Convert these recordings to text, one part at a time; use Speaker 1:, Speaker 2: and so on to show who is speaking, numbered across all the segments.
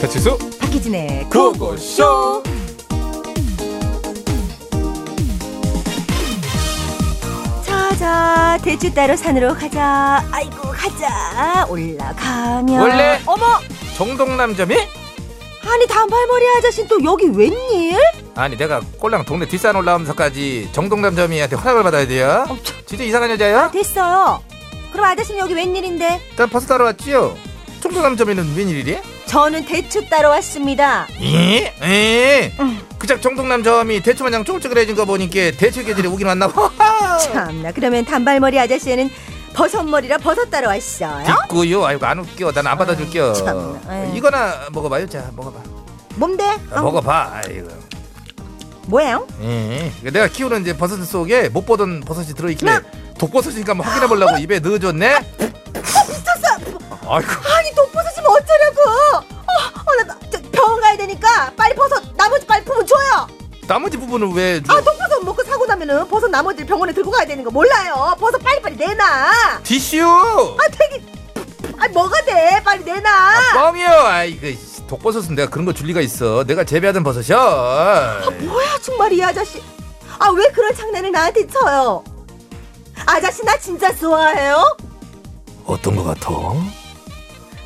Speaker 1: 배치수
Speaker 2: 박희진의
Speaker 1: 구호고쇼
Speaker 3: 자자 대추 따러 산으로 가자 아이고 가자 올라가면
Speaker 4: 원래-
Speaker 3: 어머
Speaker 4: 정동남점이?
Speaker 3: 아니 단발머리 아저씨 또 여기 웬일?
Speaker 4: 아니 내가 꼴랑 동네 뒷산 올라오면서까지 정동남점이한테 허락을 받아야 돼요?
Speaker 3: 어, 참,
Speaker 4: 진짜 이상한 여자야?
Speaker 3: 됐어요 그럼 아저씨는 여기 웬일인데?
Speaker 4: 일단 버스 따러 왔지요? 정동남점이는 웬일이래?
Speaker 3: 저는 대추 따러 왔습니다
Speaker 4: 예? 예? 그작 정동남점이 대추 마냥 쫑쫑해진 거 보니까 대추 계절에 오긴 왔나 봐
Speaker 3: 참나 그러면 단발머리 아저씨는 버섯머리라 버섯 따러 왔어요?
Speaker 4: 뒷구요 아이고 안 웃겨 난 안 받아줄게요
Speaker 3: 참나, 에이.
Speaker 4: 이거나 먹어봐요 자 먹어봐
Speaker 3: 뭔데?
Speaker 4: 아,
Speaker 1: 뭐?
Speaker 4: 먹어봐 아이고
Speaker 3: 뭐예요?
Speaker 4: 예. 내가 키우는 이제 버섯 속에 못 보던 버섯이 들어있길래 독버섯이니까 한번 확인해 보려고 입에 넣어줬네 아이고
Speaker 3: 아니 독버섯이면 어쩌려고 어, 어, 나, 저, 병원 가야 되니까 빨리 버섯 나머지 빨리 부분 줘요
Speaker 4: 나머지 부분은 왜 줘?
Speaker 3: 아 독버섯 먹고 사고 나면은 버섯 나머지를 병원에 들고 가야 되는 거 몰라요 버섯 빨리빨리 내놔 아
Speaker 4: 티슈
Speaker 3: 되게 아 뭐가 돼 빨리 내놔
Speaker 4: 아, 뻥이요 아이고 씨, 독버섯은 내가 그런 거 줄 리가 있어 내가 재배하던 버섯이야
Speaker 3: 아, 뭐야 정말 이 아저씨 아 왜 그런 장난을 나한테 쳐요 아저씨 나 진짜 좋아해요
Speaker 4: 어떤 거 같아?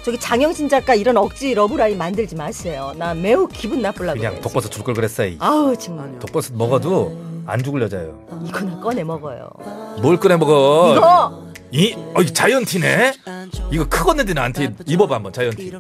Speaker 3: 저기 장영신 작가 이런 억지 러브라인 만들지 마세요 나 매우 기분 나쁠라고
Speaker 4: 그냥
Speaker 3: 그래요,
Speaker 4: 독버섯 줄 걸 그랬어 이.
Speaker 3: 아우 정말
Speaker 4: 독버섯 먹어도 안 죽을 여자예요
Speaker 3: 이거나 꺼내 먹어요
Speaker 4: 뭘 꺼내 먹어
Speaker 3: 이거
Speaker 4: 이? 어, 이 자이언티네?
Speaker 5: 이거
Speaker 4: 이거 크겠는데 나한테 입어봐 한번 자이언티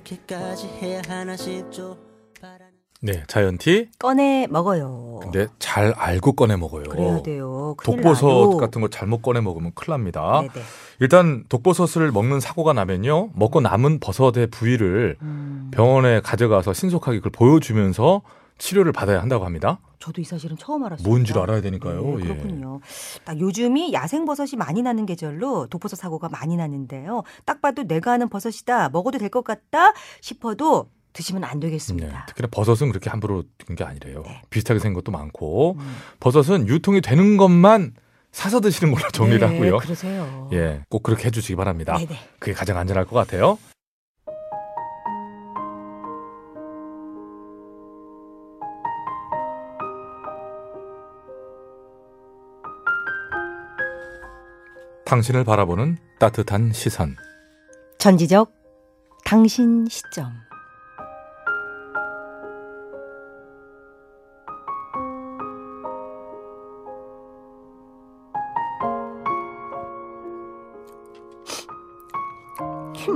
Speaker 4: 네 자이언티
Speaker 3: 꺼내 먹어요.
Speaker 1: 근데 네, 잘 알고 꺼내 음, 먹어요.
Speaker 3: 그래야 돼요. 큰일 나요.
Speaker 1: 독버섯 같은 거 잘못 꺼내 먹으면 큰일 납니다.
Speaker 3: 네네.
Speaker 1: 일단 독버섯을 먹는 사고가 나면요. 먹고 남은 버섯의 부위를
Speaker 3: 음,
Speaker 1: 병원에 가져가서 신속하게 그걸 보여주면서 치료를 받아야 한다고 합니다.
Speaker 3: 저도 이 사실은 처음 알았어요.
Speaker 1: 뭔 줄 알아야 되니까요. 예.
Speaker 3: 네, 그렇군요. 딱 요즘이 야생 버섯이 많이 나는 계절로 독버섯 사고가 많이 나는데요. 딱 봐도 내가 아는 버섯이다. 먹어도 될 것 같다 싶어도 드시면 안
Speaker 1: 네,
Speaker 3: 되겠습니다.
Speaker 1: 특히나 버섯은 그렇게 함부로 된 게 아니래요.
Speaker 3: 네.
Speaker 1: 비슷하게 생긴 것도 많고
Speaker 3: 음.
Speaker 1: 버섯은 유통이 되는 것만 사서 드시는 걸로 정리를
Speaker 3: 네,
Speaker 1: 하고요.
Speaker 3: 그러세요.
Speaker 1: 예, 꼭 그렇게 해주시기 바랍니다.
Speaker 3: 네네.
Speaker 1: 그게 가장 안전할 것 같아요. 당신을 바라보는 따뜻한 시선.
Speaker 3: 전지적 당신 시점.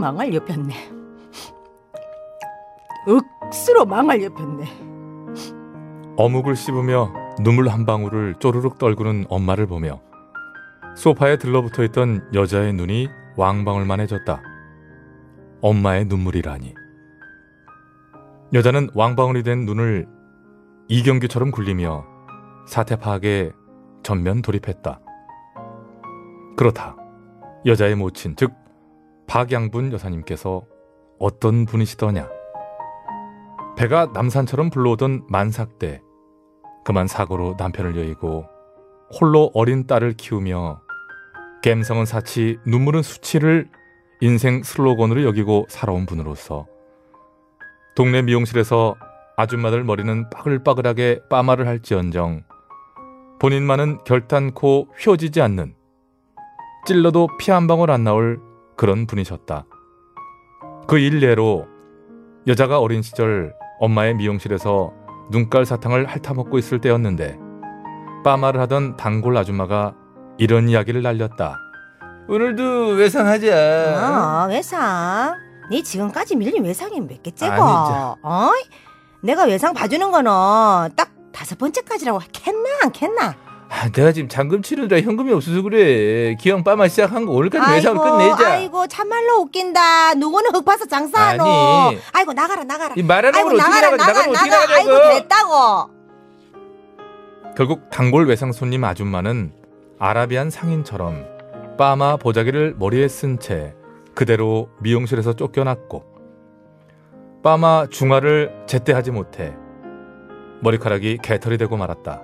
Speaker 3: 망할 옆이었네. 억수로 망할 옆이었네.
Speaker 1: 어묵을 씹으며 눈물 한 방울을 쪼르륵 떨구는 엄마를 보며 소파에 들러붙어 있던 여자의 눈이 왕방울만해졌다. 엄마의 눈물이라니. 여자는 왕방울이 된 눈을 이경규처럼 굴리며 사태 파악에 전면 돌입했다. 그렇다. 여자의 모친, 즉 박양분 여사님께서 어떤 분이시더냐? 배가 남산처럼 불러오던 만삭대. 그만 사고로 남편을 여의고 홀로 어린 딸을 키우며 갬성은 사치, 눈물은 수치를 인생 슬로건으로 여기고 살아온 분으로서 동네 미용실에서 아줌마들 머리는 빠글빠글하게 빠마를 할지언정 본인만은 결탄코 휘어지지 않는 찔러도 피 한 방울 안 나올 그런 분이셨다. 그 일례로 여자가 어린 시절 엄마의 미용실에서 눈깔 사탕을 핥아먹고 있을 때였는데 빠마를 하던 단골 아줌마가 이런 이야기를 날렸다.
Speaker 4: 오늘도 네. 외상하자.
Speaker 3: 어, 외상. 네 지금까지 밀린 외상이 몇 개째고?
Speaker 4: 아니죠.
Speaker 3: 어? 내가 외상 봐주는 거는 딱 다섯 번째까지라고 했나 안 했나?
Speaker 4: 아, 내가 지금 잔금 치르느라 현금이 없어서 그래. 기왕 빠마 시작한 거 오늘까지 외상 끝내자.
Speaker 3: 아이고 참말로 웃긴다. 누구는 흙파서 장사하노?
Speaker 4: 아니.
Speaker 3: 아이고 나가라 나가라.
Speaker 4: 이 말하는
Speaker 3: 아이고
Speaker 4: 걸 어떻게
Speaker 3: 나가라
Speaker 4: 나가? 나가
Speaker 3: 나가
Speaker 4: 어떻게
Speaker 3: 나가.
Speaker 4: 나가냐고.
Speaker 3: 아이고 됐다고.
Speaker 1: 결국 단골 외상 손님 아줌마는 아라비안 상인처럼 빠마 보자기를 머리에 쓴 채 그대로 미용실에서 쫓겨났고 빠마 중화를 제때 하지 못해 머리카락이 개털이 되고 말았다.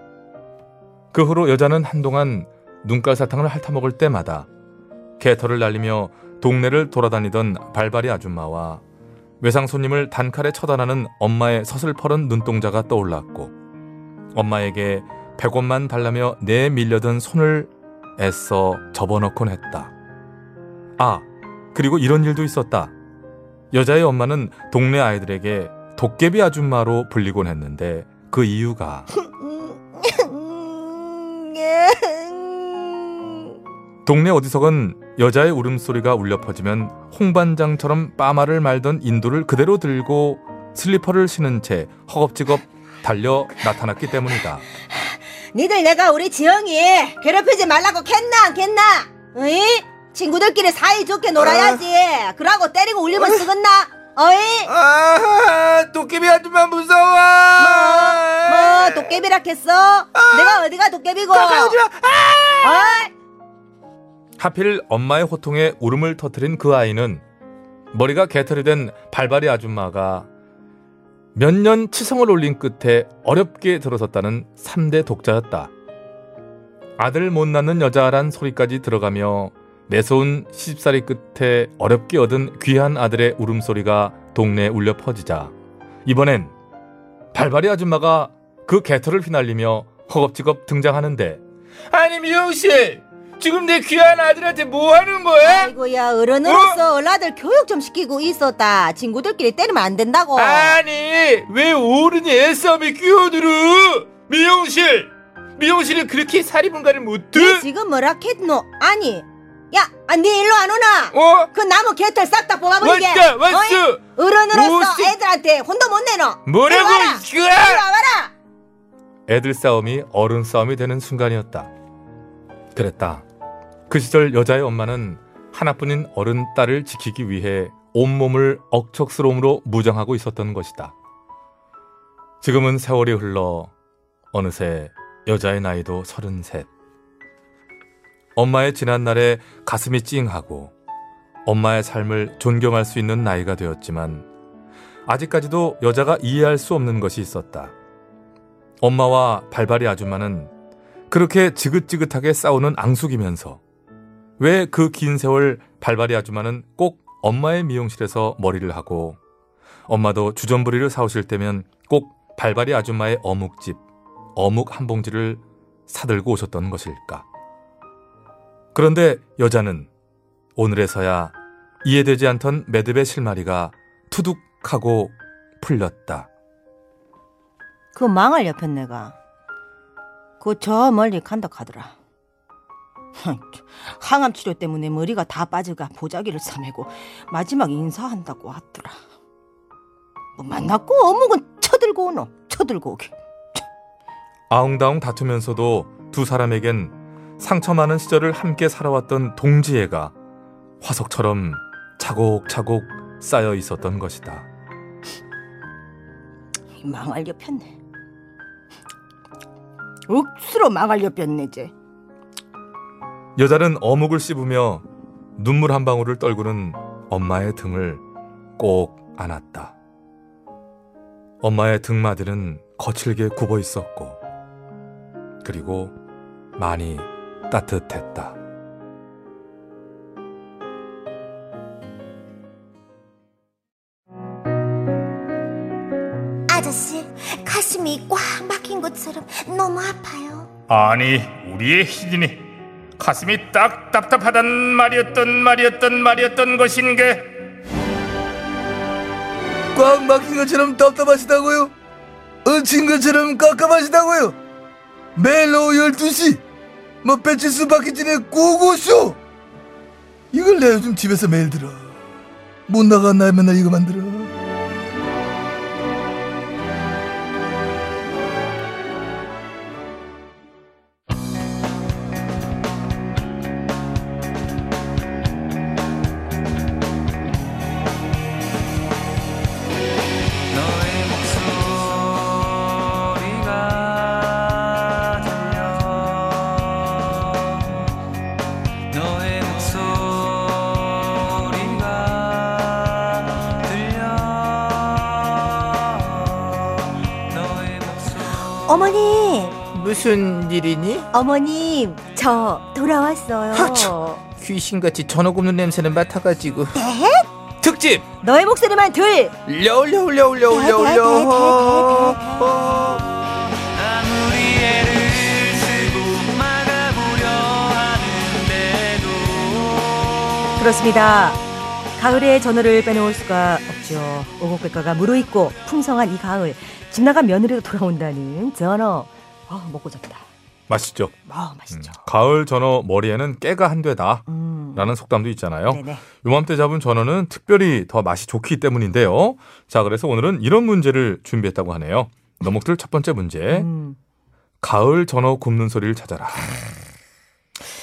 Speaker 1: 그 후로 여자는 한동안 눈깔 사탕을 핥아먹을 때마다 개털을 날리며 동네를 돌아다니던 발발이 아줌마와 외상 손님을 단칼에 처단하는 엄마의 서슬퍼런 눈동자가 떠올랐고 엄마에게 100원만 달라며 내 밀려든 손을 애써 접어넣곤 했다. 아, 그리고 이런 일도 있었다. 여자의 엄마는 동네 아이들에게 도깨비 아줌마로 불리곤 했는데 그 이유가
Speaker 3: 음,
Speaker 1: 동네 어디서건 여자의 울음소리가 울려 퍼지면 홍반장처럼 빠마를 말던 인도를 그대로 들고 슬리퍼를 신은 채 허겁지겁 달려 나타났기 때문이다.
Speaker 3: 니들 내가 우리 지영이 괴롭히지 말라고 했나 안 했나? 어이? 친구들끼리 사이 좋게 놀아야지.
Speaker 4: 어.
Speaker 3: 그러고 때리고 울리면 쓰겠나? 어이?
Speaker 4: 아, 도깨비 아줌마 무서워.
Speaker 3: 뭐 도깨비라 했어? 내가 어디가 도깨비고?
Speaker 4: 어. 가까이 오지 마. 아!
Speaker 3: 어이?
Speaker 1: 하필 엄마의 호통에 울음을 터뜨린 그 아이는 머리가 개털이 된 발발이 아줌마가 몇 년 치성을 올린 끝에 어렵게 들어섰다는 3대 독자였다. 아들 못 낳는 여자란 소리까지 들어가며 매서운 시집살이 끝에 어렵게 얻은 귀한 아들의 울음소리가 동네에 울려 퍼지자 이번엔 발발이 아줌마가 그 개털을 휘날리며 허겁지겁 등장하는데
Speaker 4: 아니 미영 씨, 지금 내 귀한 아들한테 뭐 하는 거야?
Speaker 3: 아이고야 어른으로서 얼라들 교육 좀 시키고 있었다. 친구들끼리 때리면 안 된다고. 네
Speaker 4: 아니 왜 어른이 애싸움에 끼어들어? 미용실, 미용실은 그렇게 사리분가를 못 해?
Speaker 3: 어, 지금 뭐라 했노? 아니, 야, 아, 네 일로 안 오나?
Speaker 4: 어?
Speaker 3: 그 나무 개털 싹 다 뽑아버리게.
Speaker 4: 왔다 왔어.
Speaker 3: 어이? 어른으로서
Speaker 4: 오씨.
Speaker 3: 애들한테 혼도 못 내노.
Speaker 4: 뭐라고
Speaker 3: 와라.
Speaker 4: 이거야?
Speaker 3: 이리 와봐라.
Speaker 1: 애들 싸움이 어른 싸움이 되는 순간이었다. 그랬다. 그 시절 여자의 엄마는 하나뿐인 어른 딸을 지키기 위해 온몸을 억척스러움으로 무장하고 있었던 것이다. 지금은 세월이 흘러 어느새 여자의 나이도 서른셋. 엄마의 지난 날에 가슴이 찡하고 엄마의 삶을 존경할 수 있는 나이가 되었지만 아직까지도 여자가 이해할 수 없는 것이 있었다. 엄마와 발발이 아줌마는 그렇게 지긋지긋하게 싸우는 앙숙이면서 왜 그 긴 세월 발발이 아줌마는 꼭 엄마의 미용실에서 머리를 하고 엄마도 주전부리를 사오실 때면 꼭 발발이 아줌마의 어묵집 어묵 한 봉지를 사들고 오셨던 것일까? 그런데 여자는 오늘에서야 이해되지 않던 매듭의 실마리가 투둑하고 풀렸다.
Speaker 3: 그 망할 옆에 내가. 그 저 멀리 간다 하더라. 항암 치료 때문에 머리가 다 빠져가 보자기를 싸매고 마지막 인사한다고 하더라. 뭐 만났고 어묵은 쳐들고 오노. 쳐들고 오게.
Speaker 1: 아웅다웅 다투면서도 두 사람에겐 상처 많은 시절을 함께 살아왔던 동지애가 화석처럼 차곡차곡 쌓여 있었던 것이다.
Speaker 3: 이 망할 옆이었네. 억수로 망할 옆이었네 제.
Speaker 1: 여자는 어묵을 씹으며 눈물 한 방울을 떨구는 엄마의 등을 꼭 안았다. 엄마의 등마디는 거칠게 굽어 있었고, 그리고 많이 따뜻했다.
Speaker 6: 아저씨 가슴이 꽉 막힌 거
Speaker 7: 것처럼 너무 아파요.
Speaker 8: 아니 우리의 희진이 가슴이 딱 답답하단 말이었던 말이었던 말이었던 것인 게
Speaker 9: 꽉 막힌 것처럼 답답하시다고요? 얹힌 것처럼 깝깝하시다고요? 매일 오후 12시 뭐 배치수 박희진의 고고쇼 이걸 내가 요즘 집에서 매일 들어 못 나간 날 맨날 이거 만들어
Speaker 7: 어머님,
Speaker 4: 무슨 일이니?
Speaker 7: 어머님, 저 돌아왔어요.
Speaker 4: 귀신같이 저녁 없는 냄새는 맡아가지고 특집!
Speaker 5: 너의 목소리만 들.
Speaker 4: 려울려울려울려울려
Speaker 3: 그렇습니다. 가을의 전어를 빼놓을 수가 없죠. 오곡백과가 무르익고 풍성한 이 가을. 집 나간 며느리도 돌아온다는 전어. 아, 먹고 잡다.
Speaker 1: 맛있죠.
Speaker 3: 아,
Speaker 1: 음,
Speaker 3: 맛있죠.
Speaker 1: 가을 전어 머리에는 깨가 한 되다.
Speaker 3: 음.
Speaker 1: 라는 속담도 있잖아요.
Speaker 3: 네네.
Speaker 1: 요맘때 잡은 전어는 특별히 더 맛이 좋기 때문인데요. 자, 그래서 오늘은 이런 문제를 준비했다고 하네요. 너목들 첫 번째 문제.
Speaker 3: 음.
Speaker 1: 가을 전어 굽는 소리를 찾아라.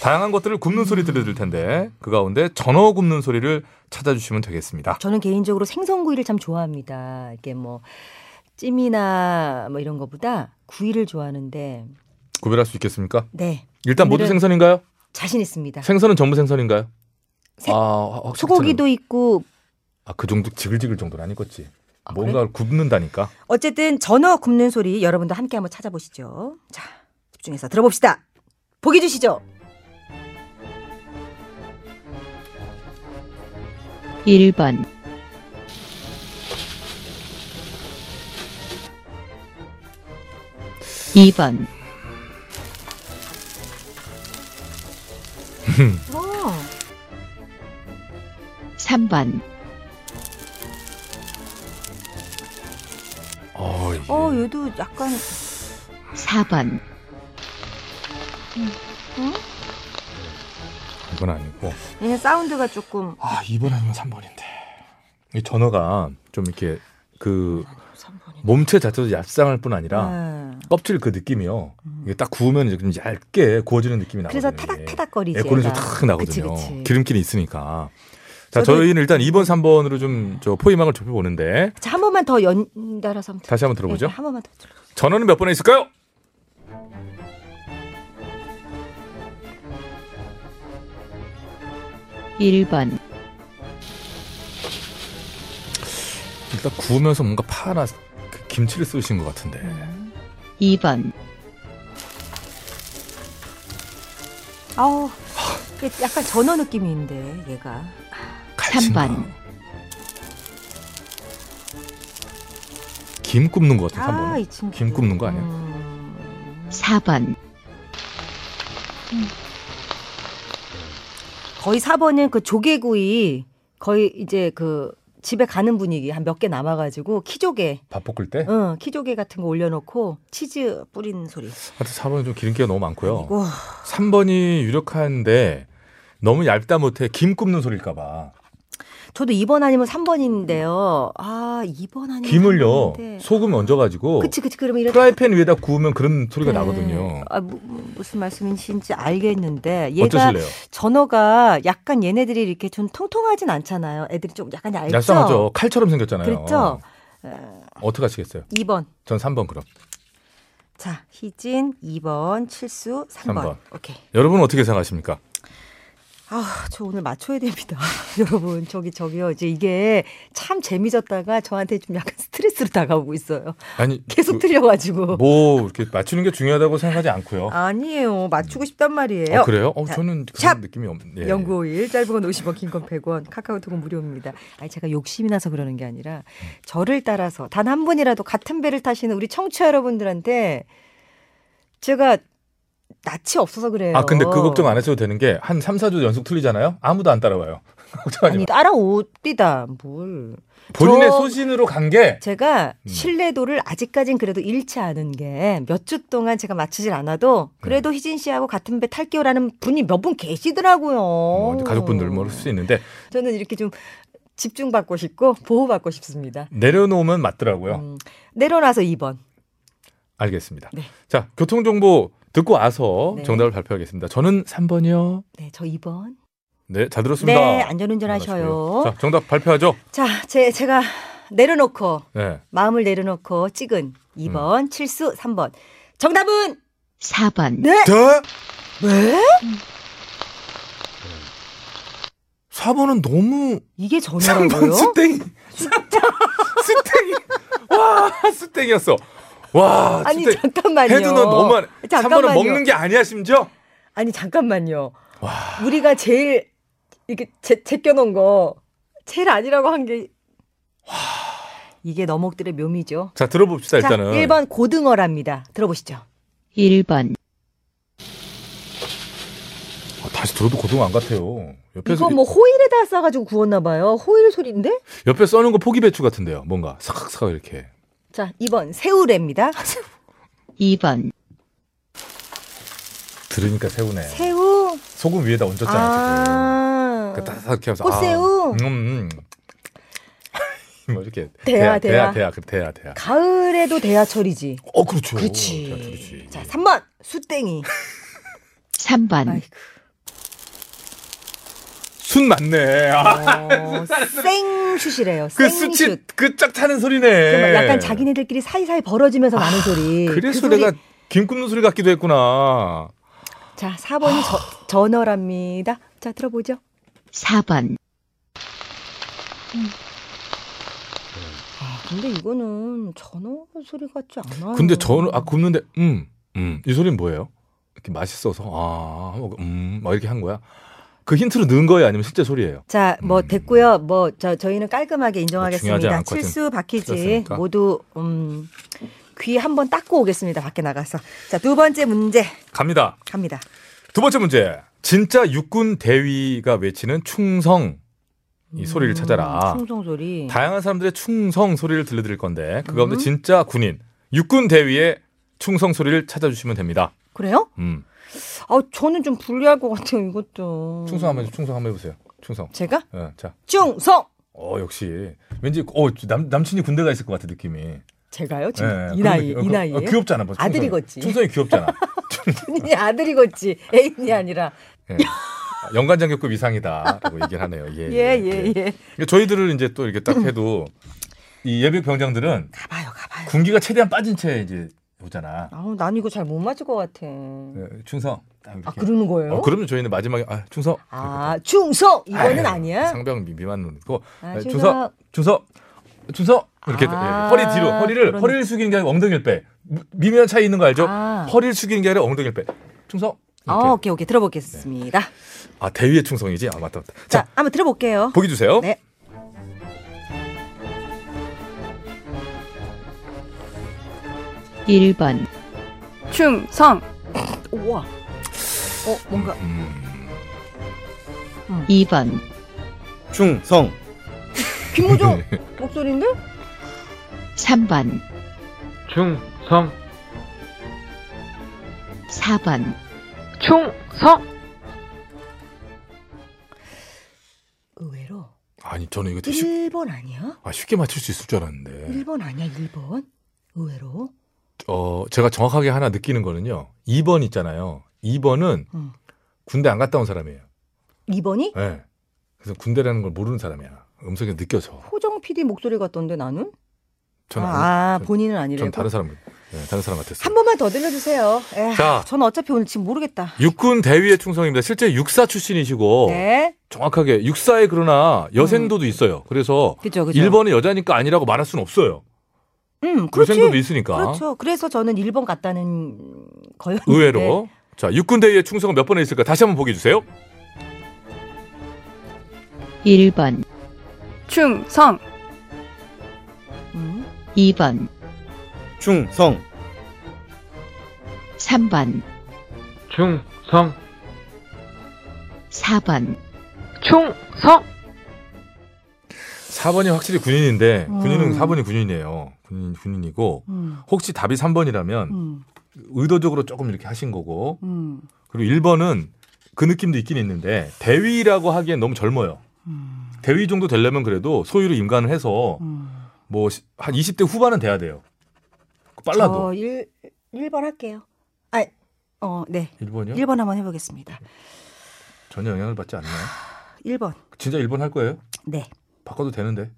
Speaker 1: 다양한 것들을 굽는 소리 들려드릴 텐데 그 가운데 전어 굽는 소리를 찾아주시면 되겠습니다.
Speaker 3: 저는 개인적으로 생선구이를 참 좋아합니다. 이게 뭐 찜이나 뭐 이런 거보다 구이를 좋아하는데
Speaker 1: 구별할 수 있겠습니까?
Speaker 3: 네.
Speaker 1: 일단 모두
Speaker 3: 오늘은-
Speaker 1: 생선인가요?
Speaker 3: 자신 있습니다.
Speaker 1: 생선은 전부 생선인가요?
Speaker 3: 생-
Speaker 1: 아, 확-
Speaker 3: 소고기도 있고
Speaker 1: 아, 그 정도 지글지글 정도는 아니겠지.
Speaker 3: 아, 그래?
Speaker 1: 뭔가를 굽는다니까.
Speaker 3: 어쨌든 전어 굽는 소리 여러분도 함께 한번 찾아보시죠. 자, 집중해서 들어봅시다. 보기 주시죠.
Speaker 10: 1번, 2번,
Speaker 3: 어,
Speaker 10: 3번,
Speaker 1: 어, 이게
Speaker 3: 어 얘도 약간
Speaker 10: 4번,
Speaker 1: 이건 아니고.
Speaker 3: 얘 예, 사운드가 조금
Speaker 1: 아, 2번 아니면 3번인데. 이 전어가 좀 이렇게 그
Speaker 3: 3번이.
Speaker 1: 몸체 자체도 얄쌍할 뿐 아니라
Speaker 3: 네. 음.
Speaker 1: 껍질 그 느낌이요. 이게 딱 구우면 이제 좀 얇게 구워지는 느낌이 나거든요.
Speaker 3: 그래서
Speaker 1: 이게.
Speaker 3: 타닥타닥거리지.
Speaker 1: 예, 그런 식으로
Speaker 3: 얘가.
Speaker 1: 탁 나거든요.
Speaker 3: 그치, 그치.
Speaker 1: 기름기는 있으니까. 자,
Speaker 3: 저도-
Speaker 1: 저희는 일단 2번, 3번으로 좀 저 포위망을 좁혀보는데
Speaker 3: 자, 한 번만 더 연달아서 한번
Speaker 1: 다시 한번 들어보죠.
Speaker 3: 네, 한 번만 더 들어.
Speaker 1: 전원은 몇 번에 있을까요?
Speaker 10: 1번,
Speaker 1: 일단 구우면서 뭔가 파나 그 김치를 쓰신 것 같은데.
Speaker 3: 음.
Speaker 10: 2번,
Speaker 3: 아우. 이게 약간 전어 느낌인데 얘가.
Speaker 1: 갈치인가?
Speaker 10: 3번.
Speaker 1: 김 굽는 것 같아, 3번.
Speaker 3: 아,
Speaker 1: 은
Speaker 3: 이 친구.
Speaker 1: 김 굽는 거 아니야?
Speaker 3: 음.
Speaker 10: 4번,
Speaker 3: 거의 4번은 그 조개구이 거의 이제 그 집에 가는 분위기 한 몇 개 남아가지고 키조개,
Speaker 1: 밥 볶을 때?
Speaker 3: 응 키조개 같은 거 올려놓고 치즈 뿌리는 소리.
Speaker 1: 하여튼 4번은 좀 기름기가 너무 많고요.
Speaker 3: 아이고.
Speaker 1: 3번이 유력한데 너무 얇다 못해 김 굽는 소리일까봐.
Speaker 3: 저도 2번 아니면 3번인데요. 아 2번 아니면
Speaker 1: 김을요,
Speaker 3: 3번인데.
Speaker 1: 소금 얹어가지고
Speaker 3: 네. 그치 그치 그러면 이렇게
Speaker 1: 프라이팬 위에다 구우면 그런 소리가
Speaker 3: 네.
Speaker 1: 나거든요.
Speaker 3: 아, 무, 무슨 말씀이신지 알겠는데 얘가
Speaker 1: 어떠실래요?
Speaker 3: 전어가 약간 얘네들이 이렇게 좀 통통하진 않잖아요. 애들이 좀 약간 얇죠.
Speaker 1: 얄쌍하죠. 칼처럼 생겼잖아요. 어,
Speaker 3: 그렇죠.
Speaker 1: 어떻게 하시겠어요?
Speaker 3: 2번.
Speaker 1: 전 3번 그럼.
Speaker 3: 자 희진 2번 칠수 3번.
Speaker 1: 삼
Speaker 3: 오케이.
Speaker 1: 여러분 은 어떻게 생각하십니까?
Speaker 3: 아, 저 오늘 맞춰야 됩니다. 여러분, 저기, 저기요. 이제 이게 참 재미졌다가 저한테 좀 약간 스트레스로 다가오고 있어요.
Speaker 1: 아니
Speaker 3: 계속
Speaker 1: 그,
Speaker 3: 틀려가지고.
Speaker 1: 뭐 이렇게 맞추는 게 중요하다고 생각하지 않고요.
Speaker 3: 아니에요. 맞추고 싶단 말이에요.
Speaker 1: 어, 그래요? 어,
Speaker 3: 자,
Speaker 1: 저는 그런
Speaker 3: 샵!
Speaker 1: 느낌이 없네. 예.
Speaker 3: 연구일 짧은 건 50원, 긴 건 100원, 카카오톡은 무료입니다. 아니 제가 욕심이 나서 그러는 게 아니라 저를 따라서 단 한 분이라도 같은 배를 타시는 우리 청취자 여러분들한테 제가 낯이 없어서 그래요.
Speaker 1: 아 근데 그 걱정 안 하셔도 되는 게 한 3, 4주 연속 틀리잖아요. 아무도 안 따라와요. 걱정하지 마.
Speaker 3: 아니 따라오디다 뭘.
Speaker 1: 본인의
Speaker 3: 저-
Speaker 1: 소신으로 간 게
Speaker 3: 제가
Speaker 1: 음.
Speaker 3: 신뢰도를 아직까진 그래도 잃지 않은 게 몇 주 동안 제가 맞추질 않아도
Speaker 1: 네.
Speaker 3: 그래도 희진 씨하고 같은 배 탈게요라는 분이 몇 분 계시더라고요.
Speaker 1: 뭐 가족분들 모를 수 있는데
Speaker 3: 저는 이렇게 좀 집중받고 싶고 보호받고 싶습니다.
Speaker 1: 내려놓으면 맞더라고요.
Speaker 3: 음, 내려놔서 2번.
Speaker 1: 알겠습니다.
Speaker 3: 네.
Speaker 1: 자, 교통정보 듣고 와서
Speaker 3: 네.
Speaker 1: 정답을 발표하겠습니다. 저는 3번이요.
Speaker 3: 네, 저 2번.
Speaker 1: 네, 잘 들었습니다.
Speaker 3: 네, 안전운전 하셔요.
Speaker 1: 자, 정답 발표하죠.
Speaker 3: 자, 제, 제가 내려놓고
Speaker 1: 네.
Speaker 3: 마음을 내려놓고 찍은 2번,
Speaker 1: 음.
Speaker 3: 칠수 3번. 정답은
Speaker 10: 4번.
Speaker 3: 네.
Speaker 9: 다?
Speaker 3: 왜?
Speaker 1: 4번은 너무
Speaker 3: 이게 전화라고요?
Speaker 1: 3번 스탱이. 스탱이. 와, 스탱이었어. 와,
Speaker 3: 아니
Speaker 1: 스탱.
Speaker 3: 잠깐만요.
Speaker 1: 헤드는 너무 안... 3번은
Speaker 3: 잠깐만요.
Speaker 1: 먹는 게 아니야, 심지어?
Speaker 3: 아니 잠깐만요. 우리가 제일 이렇게 제, 제껴놓은 거 제일 아니라고 한 게 이게 너목들의 묘미죠.
Speaker 1: 자, 들어봅시다, 일단은.
Speaker 3: 자, 1번 고등어랍니다. 들어보시죠.
Speaker 10: 1번.
Speaker 1: 아, 다시 들어도 고등어 안 같아요. 옆에서
Speaker 3: 이거 뭐 호일에다 싸가지고 구웠나 봐요. 호일 소리인데?
Speaker 1: 옆에 써는 거 포기 배추 같은데요. 뭔가 사각사각 이렇게.
Speaker 3: 자, 2번 새우래입니다.
Speaker 1: 아,
Speaker 10: 2번.
Speaker 1: 들으니까 새우네.
Speaker 3: 새우.
Speaker 1: 소금 위에다 얹었잖아. 지금.
Speaker 3: 아.
Speaker 1: 그 따뜻하게 하면서
Speaker 3: 꽃새우.
Speaker 1: 아, 음, 음. 뭐 이렇게
Speaker 3: 대야,
Speaker 1: 대야
Speaker 3: 대야.
Speaker 1: 대야 그 대야 대야.
Speaker 3: 가을에도 대하철이지.
Speaker 1: 어 그렇죠.
Speaker 3: 그렇지.
Speaker 1: 대야, 그렇지.
Speaker 3: 자, 3번 수땡이.
Speaker 10: 3번.
Speaker 3: 아이고.
Speaker 1: 순 맞네. 아,
Speaker 3: 어, 생슛이래요.
Speaker 1: 그
Speaker 3: 생슛.
Speaker 1: 수치 그짝 차는
Speaker 3: 그막
Speaker 1: 소리네. 아,
Speaker 3: 약간 자기네들끼리 사이사이 벌어지면서 나는 소리.
Speaker 1: 그래서
Speaker 3: 그 소리- 어.
Speaker 1: 내가 김 굽는 소리 같기도 했구나.
Speaker 3: 자, 4번이
Speaker 1: 아.
Speaker 3: 저, 전어랍니다. 자, 들어보죠.
Speaker 10: 4번.
Speaker 3: 아, 근데 이거는 전어 소리 같지 않아요.
Speaker 1: 근데 저는 아 굽는데 음음이 소리는 뭐예요? 이렇게 맛있어서 아, 뭐, 아음막 이렇게 한 거야. 그 힌트로 넣은 거예요, 아니면 실제 소리예요?
Speaker 3: 자, 뭐
Speaker 1: 음.
Speaker 3: 됐고요. 뭐 저, 저희는 깔끔하게
Speaker 1: 중요하지
Speaker 3: 인정하겠습니다.
Speaker 1: 않거든.
Speaker 3: 칠수 박희진
Speaker 1: 그렇습니까?
Speaker 3: 모두 음, 귀 한번 닦고 오겠습니다. 밖에 나가서. 자, 두 번째 문제
Speaker 1: 갑니다.
Speaker 3: 갑니다.
Speaker 1: 두 번째 문제. 진짜 육군 대위가 외치는 충성 이 소리를 찾아라.
Speaker 3: 음, 충성 소리.
Speaker 1: 다양한 사람들의 충성 소리를 들려드릴 건데
Speaker 3: 음.
Speaker 1: 그 가운데 진짜 군인 육군 대위의 충성 소리를 찾아주시면 됩니다.
Speaker 3: 그래요?
Speaker 1: 음.
Speaker 3: 아, 저는 좀 불리할 것 같아요. 이것도.
Speaker 1: 충성 한번 해- 충성 한번 해보세요. 충성.
Speaker 3: 제가
Speaker 1: 예, 자,
Speaker 3: 충성.
Speaker 1: 어 역시 왠지 어남 남친이 군대가 있을 것 같은 느낌이.
Speaker 3: 제가요? 지금
Speaker 1: 예,
Speaker 3: 이
Speaker 1: 그런
Speaker 3: 나이
Speaker 1: 느낌. 어,
Speaker 3: 이
Speaker 1: 그-
Speaker 3: 나이에.
Speaker 1: 어, 귀엽잖아. 뭐, 충성이.
Speaker 3: 아들이겠지.
Speaker 1: 충성이 귀엽잖아.
Speaker 3: 본인이 아들이겠지 애인이 아니라
Speaker 1: 예. 연간장교급 이상이다라고 얘기를 하네요. 예.
Speaker 3: 예예 예,
Speaker 1: 예. 저희들을 이제 또 이렇게 딱 해도 이 예비 병장들은
Speaker 3: 가봐요 가봐요
Speaker 1: 군기가 최대한 빠진 채 이제 오잖아.
Speaker 3: 아우 난 이거 잘 못 맞을 것 같아
Speaker 1: 예, 충성. 딱
Speaker 3: 아
Speaker 1: 이렇게.
Speaker 3: 그러는 거예요
Speaker 1: 어, 그러면 저희는 마지막에 아 충성.
Speaker 3: 아 충성 이거는 아니야
Speaker 1: 상병 미- 미만 네, 놓고
Speaker 3: 어? 아,
Speaker 1: 충성, 충성, 충성 이렇게
Speaker 3: 아,
Speaker 1: 예, 허리 뒤로 허리를
Speaker 3: 그런-
Speaker 1: 허리를 숙이는 게 아니라 엉덩이를 빼. 미- 미묘한 차이 있는 거 알죠?
Speaker 3: 아.
Speaker 1: 허리를 숙이는 게 아니라 엉덩이를 빼. 충성.
Speaker 3: 아,
Speaker 1: 이렇게.
Speaker 3: 오케이 오케이 들어보겠습니다
Speaker 1: 아 대위의 충성이지. 아 맞다 맞다.
Speaker 3: 자,
Speaker 1: 자
Speaker 3: 한번 들어볼게요
Speaker 1: 보기 주세요.
Speaker 3: 네.
Speaker 10: 일번
Speaker 1: 네.
Speaker 11: 충성
Speaker 3: 우와 어 뭔가 음.
Speaker 1: 음,
Speaker 10: 2번.
Speaker 4: 충성
Speaker 3: 김무종 목소리인데
Speaker 10: 3번.
Speaker 4: 충성
Speaker 10: 4번.
Speaker 11: 충성
Speaker 3: 의외로
Speaker 1: 아니 저는 이거 되게 쉽,
Speaker 3: 1번 아니야
Speaker 1: 아, 쉽게 맞출 수 있을 줄 알았는데.
Speaker 3: 1번 아니야 1번 의외로
Speaker 1: 어, 제가 정확하게 하나 느끼는 거는요. 2번 있잖아요. 2번은
Speaker 3: 음.
Speaker 1: 군대 안 갔다 온 사람이에요.
Speaker 3: 2번이
Speaker 1: 예. 그래서 군대라는 걸 모르는 사람이야. 음성에 느껴져.
Speaker 3: 호정 PD 목소리 같던데 나는
Speaker 1: 저는 아,
Speaker 3: 아,
Speaker 1: 전-
Speaker 3: 본인은 아니래요
Speaker 1: 전 다른 사람, 예, 다른 사람 같았어요.
Speaker 3: 한 번만 더 들려주세요 에휴,
Speaker 1: 자.
Speaker 3: 저는 어차피 오늘 지금 모르겠다
Speaker 1: 육군 대위의 충성입니다. 실제 육사 출신이시고
Speaker 3: 네
Speaker 1: 정확하게 육사에 그러나 여생도도 있어요. 그래서
Speaker 3: 그죠 그죠
Speaker 1: 일본의 여자니까 아니라고 말할 수는 없어요.
Speaker 3: 음, 그렇지.
Speaker 1: 여생도도 있으니까.
Speaker 3: 그렇죠. 그래서 저는 일번 갔다는 거였는데. 네.
Speaker 1: 의외로 자 육군 대위의 충성은 몇 번에 있을까? 다시 한번 보기 주세요.
Speaker 10: 1번.
Speaker 11: 충성
Speaker 3: 음.
Speaker 10: 2번.
Speaker 4: 충성
Speaker 10: 3번. 3번,
Speaker 1: 충성
Speaker 10: 4번,
Speaker 11: 충성
Speaker 1: 4번이 확실히 군인인데
Speaker 2: 음.
Speaker 1: 군인은 4번이 군인이에요. 군인 군인이고
Speaker 2: 음.
Speaker 1: 혹시 답이 3번이라면
Speaker 2: 음.
Speaker 1: 의도적으로 조금 이렇게 하신 거고
Speaker 2: 음.
Speaker 1: 그리고 1번은 그 느낌도 있긴 있는데 대위라고 하기엔 너무 젊어요. 대위 정도 되려면 그래도 소위로 임관을 해서 뭐 한 20대 후반은 돼야 돼요. 빨라도
Speaker 7: 저 1, 1번 할게요. 아, 어, 네.
Speaker 1: 1번이요?
Speaker 7: 1번 한번 해보겠습니다.
Speaker 1: 전혀 영향을 받지 않나요?
Speaker 7: 1번.
Speaker 1: 진짜 1번 할 거예요?
Speaker 3: 네.
Speaker 1: 바꿔도 되는데.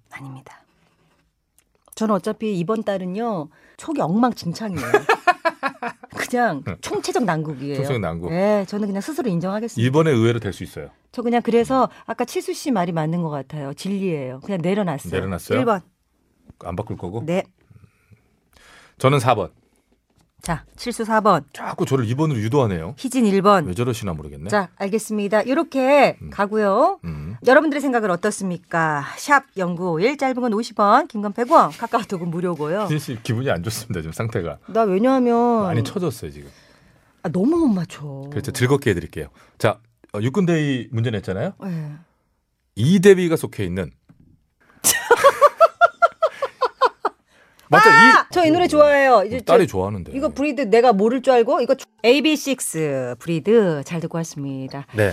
Speaker 3: 저는 어차피 이번 달은요 촉이 엉망진창이에요. 그냥 총체적 난국이에요.
Speaker 1: 총체적 난국.
Speaker 3: 네, 저는 그냥 스스로 인정하겠습니다.
Speaker 1: 이번에 의외로 될 수 있어요.
Speaker 3: 저 그냥 그래서 아까 칠수 씨 말이 맞는 것 같아요. 진리예요. 그냥 내려놨어요.
Speaker 1: 내려놨어요?
Speaker 3: 1번.
Speaker 1: 안 바꿀 거고.
Speaker 3: 네.
Speaker 1: 저는 4번.
Speaker 3: 자, 칠수 4번.
Speaker 1: 자꾸 저를 2번으로 유도하네요.
Speaker 3: 희진 1번.
Speaker 1: 왜 음. 저러시나 모르겠네.
Speaker 3: 음.
Speaker 1: 음.
Speaker 3: 자, 알겠습니다. 이렇게 가고요. 여러분들의 생각은 어떻습니까? 샵 0951 짧은 건 50원, 긴 건 100원. 카카오톡은 무료고요.
Speaker 1: 진씨 기분이 안 좋습니다. 지금 상태가
Speaker 3: 나 왜냐하면
Speaker 1: 네. 많이 쳐졌어요 지금.
Speaker 3: 아, 너무 못 맞춰.
Speaker 1: 그렇죠. 즐겁게 해드릴게요. 자, 어, 육군대위 문제 냈잖아요.
Speaker 3: 네.
Speaker 1: 이대위가 속해 있는. 맞죠? 이
Speaker 3: 저 이 노래 좋아해요. 아! 이제
Speaker 1: 딸이
Speaker 3: 저-
Speaker 1: 좋아하는데.
Speaker 3: 이거 브리드 내가 모를 줄 알고 이거 AB6 브리드 잘 듣고 왔습니다.
Speaker 1: 네.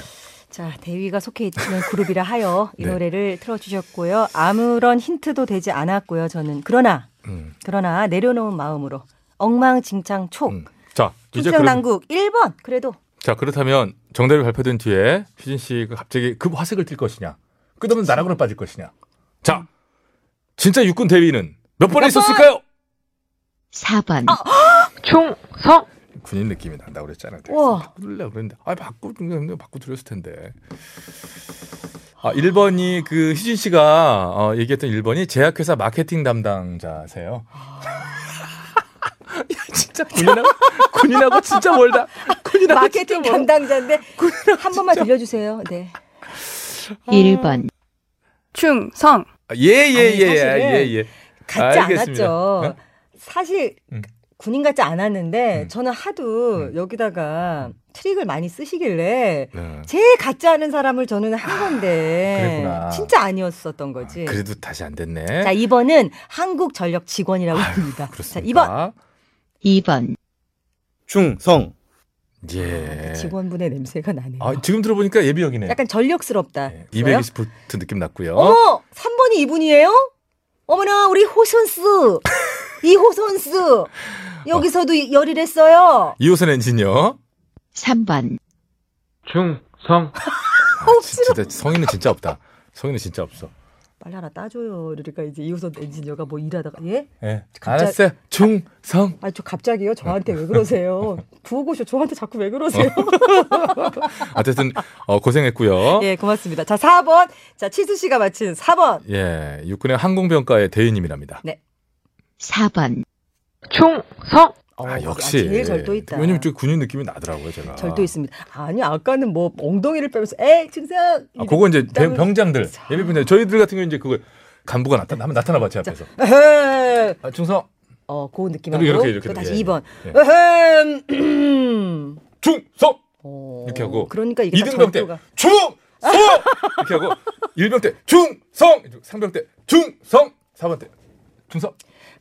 Speaker 3: 자, 대위가 속해 있는 그룹이라 하여 이
Speaker 1: 네.
Speaker 3: 노래를 틀어 주셨고요. 아무런 힌트도 되지 않았고요. 저는 그러나
Speaker 1: 음.
Speaker 3: 그러나 내려놓은 마음으로 엉망진창 촉
Speaker 1: 음. 자, 이제
Speaker 3: 충청
Speaker 1: 그럼
Speaker 3: 난국 1번 그래도
Speaker 1: 자 그렇다면 정답이 발표된 뒤에 희진 씨가 갑자기 급 화색을 띨 것이냐, 끝없는 나락으로 빠질 것이냐. 자, 진짜 육군 대위는 몇 번에 있었을까요?
Speaker 10: 4번,
Speaker 11: 충성
Speaker 1: 군인 느낌이 난다 고 그랬잖아.
Speaker 11: 우와.
Speaker 1: 바꾸려고 그랬는데 아 바꾸 그냥 바꾸 드렸을 텐데. 아 1번이 그 희진 씨가 어, 얘기했던 1번이 제약회사 마케팅 담당자세요. 야 진짜 군인하고 군인하고 진짜 멀다. 군인하고
Speaker 3: 마케팅
Speaker 1: 뭐.
Speaker 3: 담당자인데 한 번만 들려주세요. 네.
Speaker 10: 1번,
Speaker 11: 충성
Speaker 1: 예예예예 예,
Speaker 3: 사실은
Speaker 1: 예, 예.
Speaker 3: 같지
Speaker 1: 알겠습니다.
Speaker 3: 않았죠.
Speaker 1: 어?
Speaker 3: 사실
Speaker 1: 음.
Speaker 3: 군인 같지 않았는데 저는 하도 여기다가
Speaker 1: 음.
Speaker 3: 트릭을 많이 쓰시길래
Speaker 1: 네.
Speaker 3: 제일 같지 않은 사람을 저는 한 건데
Speaker 1: 아, 그랬구나.
Speaker 3: 진짜 아니었었던 거지.
Speaker 1: 그래도 다시 안 됐네.
Speaker 3: 자, 2번은 한국전력 직원이라고 합니다. 자, 2번
Speaker 10: 2번,
Speaker 12: 충성.
Speaker 1: 예.
Speaker 3: 직원분의 냄새가 나네요.
Speaker 1: 아 예, 지금 들어보니까 예비역이네.
Speaker 3: 아, 그 약간 전력스럽다.
Speaker 1: 220볼트 느낌 났고요.
Speaker 3: 어머, 3번이 이분이에요? 어머나, 우리 호선스. 이호선스. 여기서도 열일 했어요.
Speaker 1: 이호선 엔지니어.
Speaker 10: 3번,
Speaker 1: 충성.
Speaker 3: 어, 싫어.
Speaker 1: 아, 진짜 성인은 진짜 없다. 성인은 진짜 없어.
Speaker 3: 빨리 하나 따줘요. 그러니까 이제 이호선 엔지니어가 뭐 일하다가 예?
Speaker 1: 예.
Speaker 3: 갑자기-
Speaker 1: 알았어요. 충성.
Speaker 3: 아, 저 갑자기요. 저한테 왜 그러세요? 구호고쇼 저한테 자꾸 왜 그러세요?
Speaker 1: 어쨌든 어, 고생했고요. 예.
Speaker 3: 예, 고맙습니다. 자, 4번. 자, 치수 씨가 맞힌 4번.
Speaker 1: 예. 육군의 항공병과의 대위님이랍니다.
Speaker 3: 네.
Speaker 10: 4번,
Speaker 11: 충성
Speaker 1: 아, 역시.
Speaker 3: 어, 제일 절도 있다.
Speaker 1: 왜냐면 저 군인 느낌이 나더라고요, 제가.
Speaker 3: 절도 있습니다. 아니, 아까는 뭐 엉덩이를 빼면서 에이, 증상.
Speaker 1: 아, 그거 이제 대- 병장들, 예비군들 저희들 같은 경우 이제 그거 간부가 나타 한번 나타나 봐, 제 앞에서.
Speaker 3: 에헤.
Speaker 1: 아, 충성.
Speaker 3: 어, 고운 느낌하고.
Speaker 1: 그리고 이렇게 이렇게
Speaker 3: 또 다시
Speaker 1: 예,
Speaker 3: 2번. 음,
Speaker 1: 예.
Speaker 3: 에헴.
Speaker 1: 충성. 이렇게 하고
Speaker 3: 그러니까 이게 다
Speaker 1: 이등병 때
Speaker 3: 절도가.
Speaker 1: 충성 이렇게 하고 일병 때 충성, 상병 때 충성, 사번 때 충성.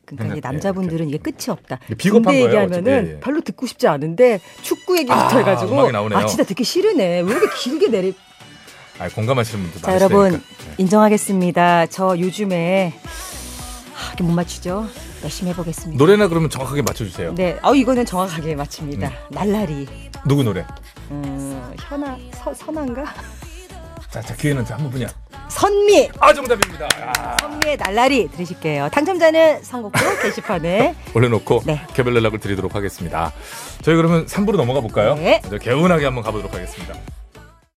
Speaker 3: 그러니까
Speaker 1: 음,
Speaker 3: 이게 남자분들은 이게 끝이 없다.
Speaker 1: 이게 비겁한
Speaker 3: 군대
Speaker 1: 거예요,
Speaker 3: 얘기하면은
Speaker 1: 어쨌든. 예, 예.
Speaker 3: 별로 듣고 싶지 않은데 축구 얘기부터
Speaker 1: 아,
Speaker 3: 해가지고
Speaker 1: 음악이 나오네요.
Speaker 3: 아 진짜 듣기 싫으네. 왜 이렇게 길게 내리?
Speaker 1: 아, 공감하시는 분들
Speaker 3: 자
Speaker 1: 많으시니까. 네.
Speaker 3: 여러분 인정하겠습니다. 저 요즘에 하, 이게 못 맞추죠. 열심히 해보겠습니다.
Speaker 1: 노래나 그러면 정확하게 맞춰주세요.
Speaker 3: 네, 어 이거는 정확하게 맞춥니다.
Speaker 1: 음.
Speaker 3: 날라리
Speaker 1: 누구 노래?
Speaker 3: 음, 현아 서, 선한가?
Speaker 1: 자, 자 기회는 한번 분이야.
Speaker 3: 선미
Speaker 1: 아 정답입니다. 아.
Speaker 3: 선미의 날라리 들으실게요. 당첨자는 선곡표 게시판에
Speaker 1: 올려놓고
Speaker 3: 네.
Speaker 1: 개별 연락을 드리도록 하겠습니다. 저희 그러면 3부로 넘어가 볼까요?
Speaker 3: 네.
Speaker 1: 먼저 개운하게 한번 가보도록 하겠습니다.